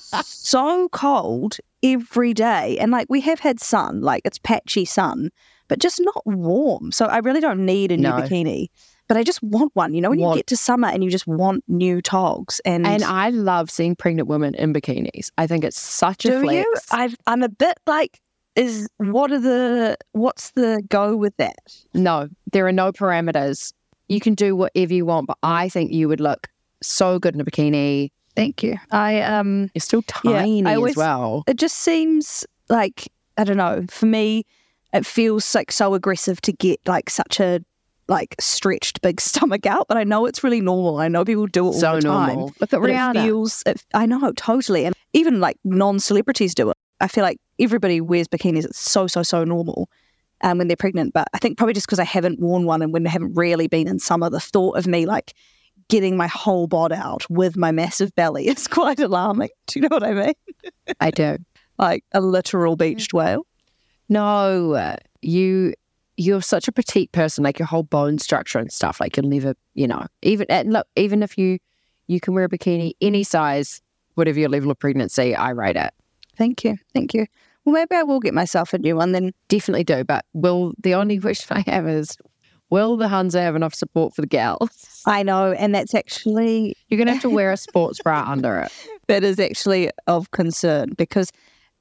so cold every day. And like we have had sun, like it's patchy sun, but just not warm. So I really don't need a new No. bikini. But I just want one. You know, when Want- you get to summer and you just want new togs and, And I love seeing pregnant women in bikinis. I think it's such a do flex. you? I've, I'm a bit like, is what are the what's the go with that? no, there are no parameters. You can do whatever you want, but I think you would look so good in a bikini. Thank you. I um You're still Yeah, I tiny as always- well. it just seems like I don't know. For me, it feels like so aggressive to get like such a like stretched big stomach out, but I know it's really normal. I know people do it all So the time. normal. Look But at Rihanna. It feels, it, I know totally, and even like non-celebrities do it. I feel like everybody wears bikinis. It's so so so normal. Um, when they're pregnant, but I think probably just because I haven't worn one and when I haven't really been in summer, the thought of me like getting my whole bod out with my massive belly is quite alarming. Do you know what I mean? I do. like a literal beached whale. No, uh, you you're such a petite person. Like your whole bone structure and stuff. Like you'll never, you know, even and look, even if you you can wear a bikini any size, whatever your level of pregnancy, I rate it. Thank you. Thank you. Well, maybe I will get myself a new one then. Definitely do. But will the only question I have is, will the Hunza have enough support for the gals? I know. And that's actually, You're gonna have to wear a sports bra under it. that is actually of concern because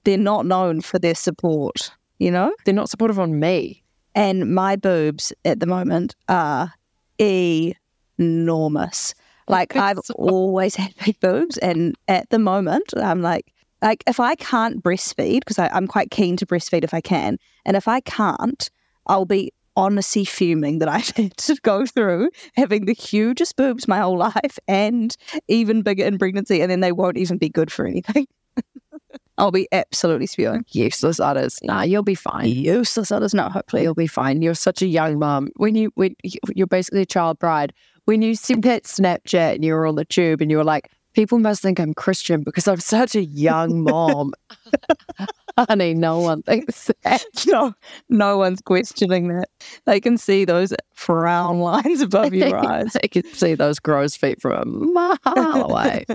they're not known for their support, you know? They're not supportive on me. And my boobs at the moment are enormous. Like I've always had big boobs, and at the moment, I'm like, like if I can't breastfeed, because I'm quite keen to breastfeed if I can, and if I can't, I'll be honestly fuming that I've had to go through having the hugest boobs my whole life and even bigger in pregnancy, and then they won't even be good for anything. I'll be absolutely spewing. Useless udders. Nah, you'll be fine. Useless others, no, hopefully. You'll be fine. You're such a young mum. When you when you- you're basically a child bride. When you sent that Snapchat and you were on the tube and you were like, people must think I'm Christian because I'm such a young mom. Honey, no one thinks that. No, no one's questioning that. They can see those frown lines above your eyes. I could see those gross feet from a mile away.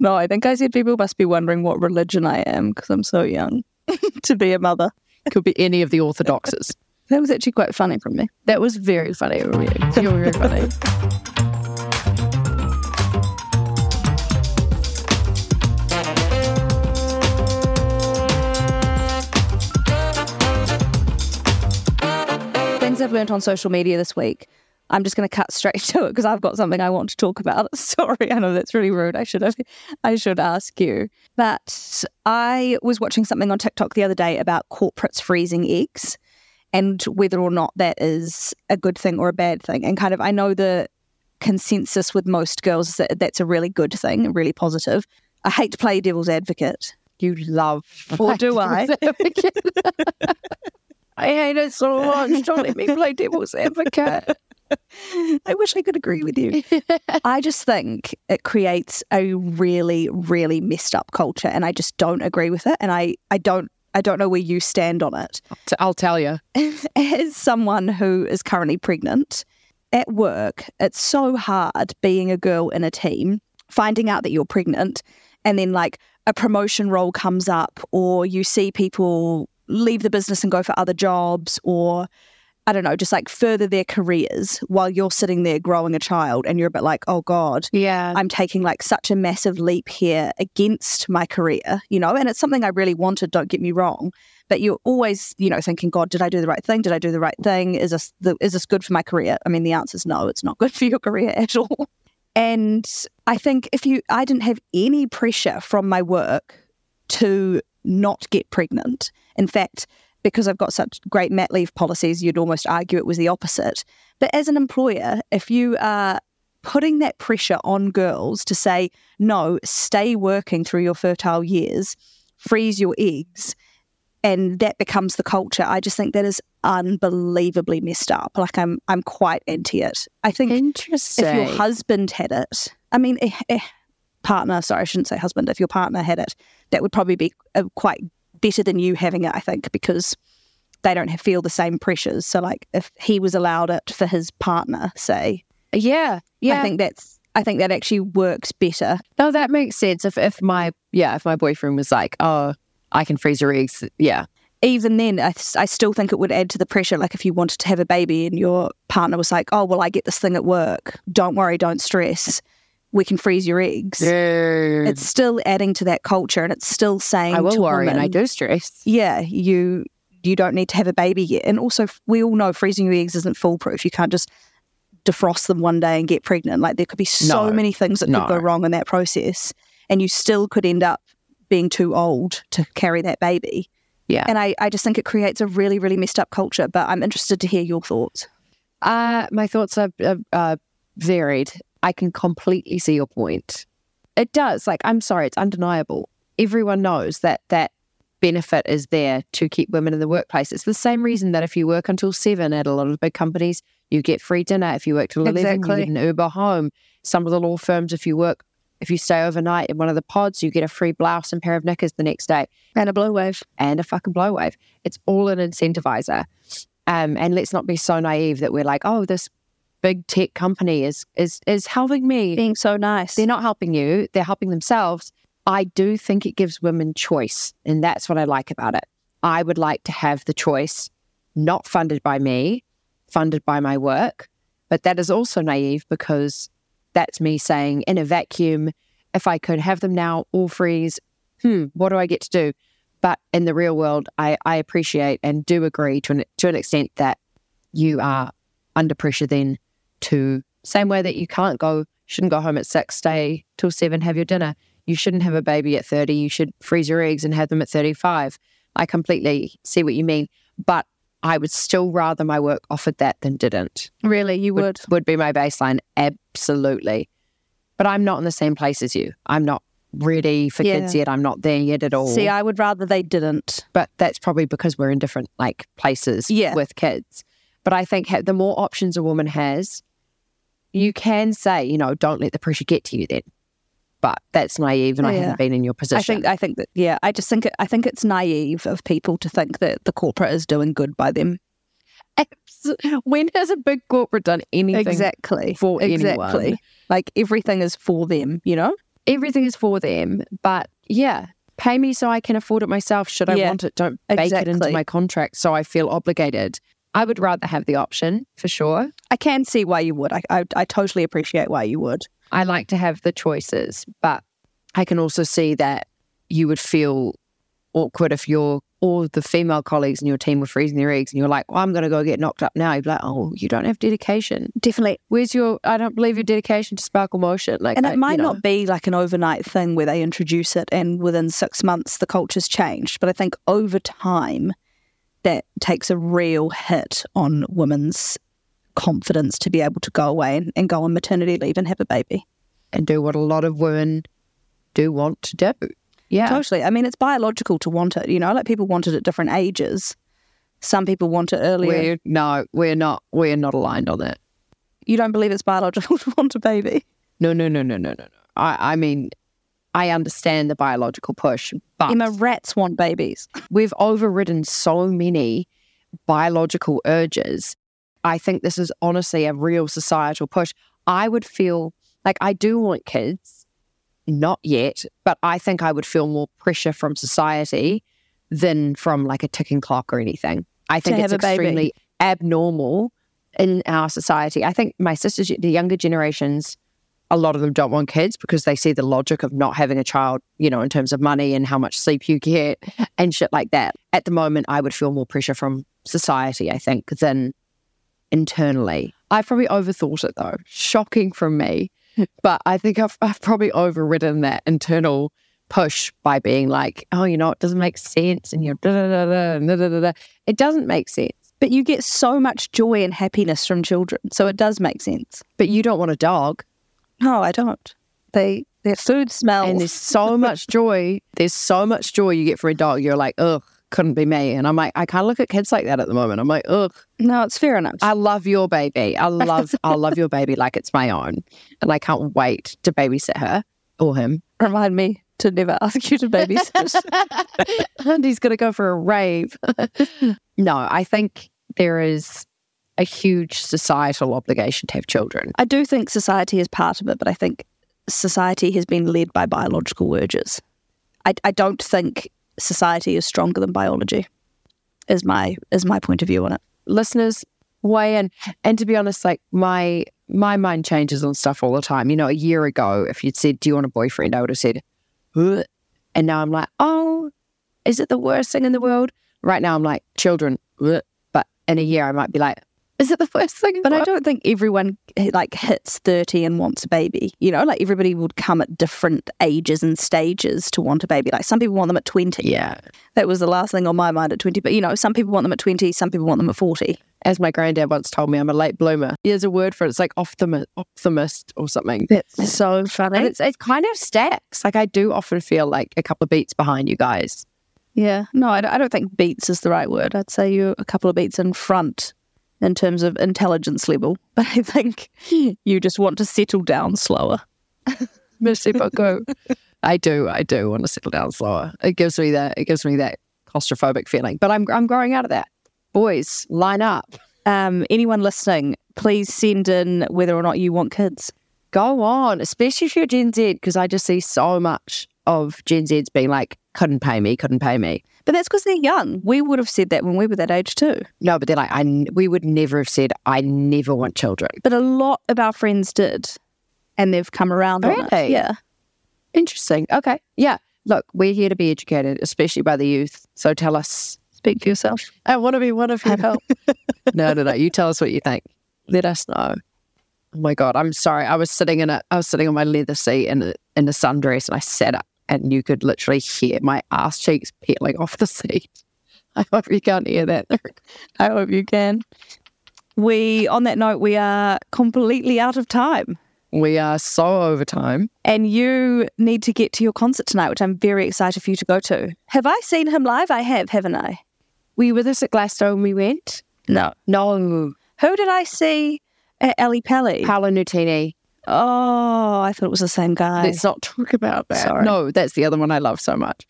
No, I think I said people must be wondering what religion I am because I'm so young to be a mother. Could be any of the orthodoxes. That was actually quite funny from me. That was very funny. of you. You were very funny. Things I've learnt on social media this week. I'm just going to cut straight to it because I've got something I want to talk about. Sorry, I know that's really rude. I should have, I should ask you. But I was watching something on TikTok the other day about corporates freezing eggs and whether or not that is a good thing or a bad thing. And kind of, I know the consensus with most girls is that that's a really good thing, really positive. I hate to play devil's advocate, You love. Or do I? I hate it so much. Don't let me play devil's advocate. I wish I could agree with you. I just think it creates a really, really messed up culture, and I just don't agree with it. And I, I don't, I don't know where you stand on it. T- I'll tell you. As someone who is currently pregnant at work, it's so hard being a girl in a team, finding out that you're pregnant, and then like a promotion role comes up, or you see people leave the business and go for other jobs, or I don't know, just like further their careers while you're sitting there growing a child and you're a bit like, oh God, Yeah. I'm taking like such a massive leap here against my career, you know, and it's something I really wanted, don't get me wrong. But you're always, you know, thinking, God, did I do the right thing? Did I do the right thing? Is this the, is this good for my career? I mean, the answer is no, it's not good for your career at all. And I think if you, I didn't have any pressure from my work to not get pregnant. In fact, because I've got such great mat leave policies, you'd almost argue it was the opposite. But as an employer, if you are putting that pressure on girls to say, no, stay working through your fertile years, freeze your eggs, and that becomes the culture, I just think that is unbelievably messed up. Like I'm I'm quite anti it. I think Interesting. if your husband had it, I mean, eh, eh, partner, sorry, I shouldn't say husband, if your partner had it, that would probably be uh, quite better than you having it, I think, because they don't have, feel the same pressures. So, like, if he was allowed it for his partner, say, yeah. Yeah. I think that's, I think that actually works better. no, Oh, that makes sense. If if my yeah, if my boyfriend was like, oh, I can freeze your eggs. Yeah. Even then, I, s- I still think it would add to the pressure. Like, if you wanted to have a baby and your partner was like, oh, well, I get this thing at work. Don't worry, don't stress. We can freeze your eggs. Yeah. it's still adding to that culture and it's still saying I will to worry, and I women, do stress. yeah you you don't need to have a baby yet and also f- we all know freezing your eggs isn't foolproof you can't just defrost them one day and get pregnant like there could be so No. many things that could go No. wrong in that process and you still could end up being too old to carry that baby Yeah. and I, I just think it creates a really really messed up culture but i'm interested to hear your thoughts Uh, my thoughts are, are, are varied. I can completely see your point. It does. Like, I'm sorry, it's undeniable. Everyone knows that that benefit is there to keep women in the workplace. It's the same reason that if you work until seven at a lot of big companies, you get free dinner. If you work till 11, Exactly. you get an Uber home. Some of the law firms, if you work, if you stay overnight in one of the pods, you get a free blouse and pair of knickers the next day and a blue wave and a fucking blow wave. It's all an incentivizer. Um, and let's not be so naive that we're like, oh, this big tech company is is is helping me. being so nice They're not helping you, they're helping themselves. I do think it gives women choice, and that's what I like about it. I would like to have the choice, not funded by me, funded by my work. But that is also naive because that's me saying in a vacuum, if I could have them now, all freeze, hmm, what do I get to do? But in the real world, I, I appreciate and do agree to an, to an extent that you are under pressure then to same way that you can't go, shouldn't go home at six, stay till seven, have your dinner. You shouldn't have a baby at 30. You should freeze your eggs and have them at 35. I completely see what you mean. But I would still rather my work offered that than didn't really you would would would be my baseline absolutely but i'm not in the same place as you i'm not ready for Yeah. kids yet. I'm not there yet at all. See, I would rather they didn't. but that's probably because we're in different like places Yeah. with kids. But I think ha- the more options a woman has, you can say, you know, don't let the pressure get to you then. But that's naive, and I Yeah. haven't been in your position. I think. I think that. Yeah. I just think. It, I think it's naive of people to think that the corporate is doing good by them. Abs- when has a big corporate done anything? Exactly. for anyone. exactly. Like everything is for them. You know. Everything is for them, but yeah, pay me so I can afford it myself. Should I Yeah. want it? Don't bake it into Exactly. my contract so I feel obligated. I would rather have the option for sure. I can see why you would. I, I, I totally appreciate why you would. I like to have the choices, but I can also see that you would feel awkward if your all the female colleagues in your team were freezing their eggs and you're like, well, I'm going to go get knocked up now. You'd be like, oh, you don't have dedication. Definitely. Where's your, I don't believe your dedication to Sparkle Motion. Like, And I- it might you know. not be like an overnight thing where they introduce it and within six months the culture's changed. But I think over time, that takes a real hit on women's confidence to be able to go away and, and go on maternity leave and have a baby. And do what a lot of women do want to do. Yeah. Totally. I mean, it's biological to want it. You know, like people want it at different ages. Some people want it earlier. We're, no, we're not, we're not aligned on that. You don't believe it's biological to want a baby. No, no, no, no, no, no. no. I, I mean, I understand the biological push, but Emma, rats want babies. we've overridden so many biological urges. I think this is honestly a real societal push. I would feel like I do want kids, not yet, but I think I would feel more pressure from society than from like a ticking clock or anything. I think To it's have a baby. extremely abnormal in our society. I think my sisters, the younger generations, a lot of them don't want kids because they see the logic of not having a child, you know, in terms of money and how much sleep you get and shit like that. At the moment, I would feel more pressure from society, I think, than internally. I probably overthought it though. Shocking from me. But I think I've, I've probably overridden that internal push by being like, oh, you know, it doesn't make sense. And you're da da da da and da da da da. It doesn't make sense. But you get so much joy and happiness from children. So it does make sense. But you don't want a dog. No, I don't. They their food smells. And there's so much joy. There's so much joy you get for a dog. You're like, ugh, couldn't be me. And I'm like, I can't look at kids like that at the moment. I'm like, ugh, no, it's fair enough. I love your baby. I love, I love your baby like it's my own, and I can't wait to babysit her or him. Remind me to never ask you to babysit. and he's going to go for a rave. no, I think there is a huge societal obligation to have children. I do think society is part of it, but I think society has been led by biological urges. I, I don't think society is stronger than biology. Is my is my point of view on it. listeners weigh in. And to be honest, like my my mind changes on stuff all the time. You know, a year ago, if you'd said, "Do you want a boyfriend?" I would have said, "Ugh." and now I'm like, "Oh, is it the worst thing in the world?" Right now, I'm like, "Children," Ugh. but in a year, I might be like, "Is it the worst thing?" in But the I world?" don't think everyone like hits 30 and wants a baby. You know, like everybody would come at different ages and stages to want a baby. Like some people want them at 20. Yeah, That was the last thing on my mind at 20. But, you know, some people want them at 20, some people want them at 40. as my granddad once told me, I'm a late bloomer. There's a word for it. It's like optimi- optimist or something. That's so funny. And it's, it kind of stacks. Like I do often feel like a couple of beats behind you guys. yeah. No, I don't, I don't think beats is the right word. I'd say you're a couple of beats in front in terms of intelligence level. But I think you just want to settle down slower. Merci beaucoup. I do, I do want to settle down slower. It gives me that, it gives me that claustrophobic feeling. But I'm, I'm growing out of that. Boys, line up, Um, anyone listening, please send in whether or not you want kids. go on, especially if you're Gen Z, because I just see so much of Gen Z's being like, couldn't pay me, couldn't pay me. But that's because they're young. We would have said that when we were that age too. No, but they're like, I, n- we would never have said, I never want children. But a lot of our friends did, and they've come around on it. Really? Yeah, Interesting. Okay. Yeah. Look, we're here to be educated, especially by the youth. So tell us. speak for yourself. I want to be one of you. Help. no, no, no. You tell us what you think. Let us know. Oh my god, I'm sorry. I was sitting in a, I was sitting on my leather seat in a, in a sundress, and I sat up, and you could literally hear my ass cheeks peeling off the seat. I hope you can't hear that. I hope you can. We, on that note, we are completely out of time. We are so over time. And you need to get to your concert tonight, which I'm very excited for you to go to. Have I seen him live? I have, haven't I? Were you with us at Glasgow when we went? No. No. Who did I see at Ali Pally? Paolo Nutini. oh, I thought it was the same guy. Let's not talk about that. Sorry. No, that's the other one I love so much.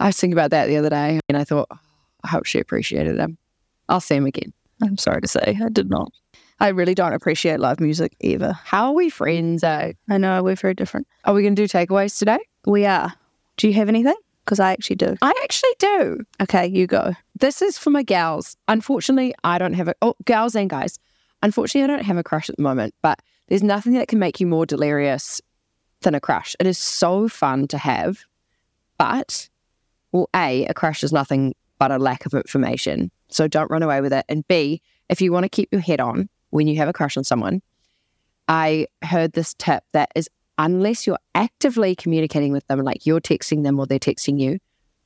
I was thinking about that the other day and I thought, "Oh, I hope she appreciated him. I'll see him again. I'm sorry to say, I did not. I really don't appreciate live music either. How are we friends, eh? I know we're very different. Are we going to do takeaways today? We are. Do you have anything? Because I actually do. I actually do. Okay, you go. This is for my gals. Unfortunately, I don't have a oh gals and guys. Unfortunately, I don't have a crush at the moment, but there's nothing that can make you more delirious than a crush. It is so fun to have, but well, a a crush is nothing but a lack of information. So don't run away with it. And b if you want to keep your head on when you have a crush on someone, I heard this tip that is unless you're actively communicating with them, like you're texting them or they're texting you,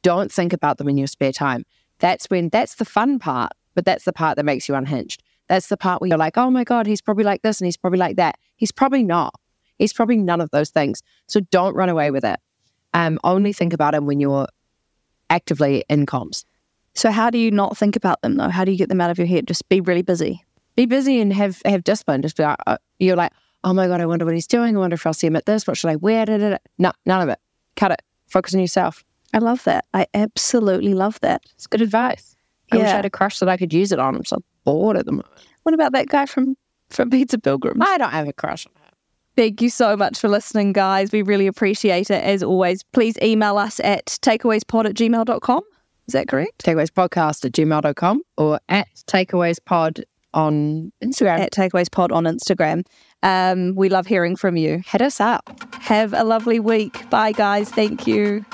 don't think about them in your spare time that's when that's the fun part, but that's the part that makes you unhinged. That's the part where you're like, oh my God, he's probably like this and he's probably like that. He's probably not. He's probably none of those things. So don't run away with it. Um, only think about him when you're actively in comms. So, how do you not think about them though? How do you get them out of your head? Just be really busy. Be busy and have have discipline. Just be like, uh, you're like, oh my God, I wonder what he's doing. I wonder if I'll see him at this. What should I wear? Da, da, da. No, none of it. Cut it. Focus on yourself. I love that. I absolutely love that. It's good advice. I wish I Yeah. had a crush that I could use it on. I'm so bored at the moment. What about that guy from from Pizza Pilgrim? I don't have a crush on her. Thank you so much for listening, guys. We really appreciate it. As always, please email us at takeawayspod at gmail.com. Is that correct? takeawayspodcast at gmail.com or at takeawayspod on Instagram. At takeawayspod on Instagram. Um, we love hearing from you. Hit us up. Have a lovely week. Bye, guys. Thank you.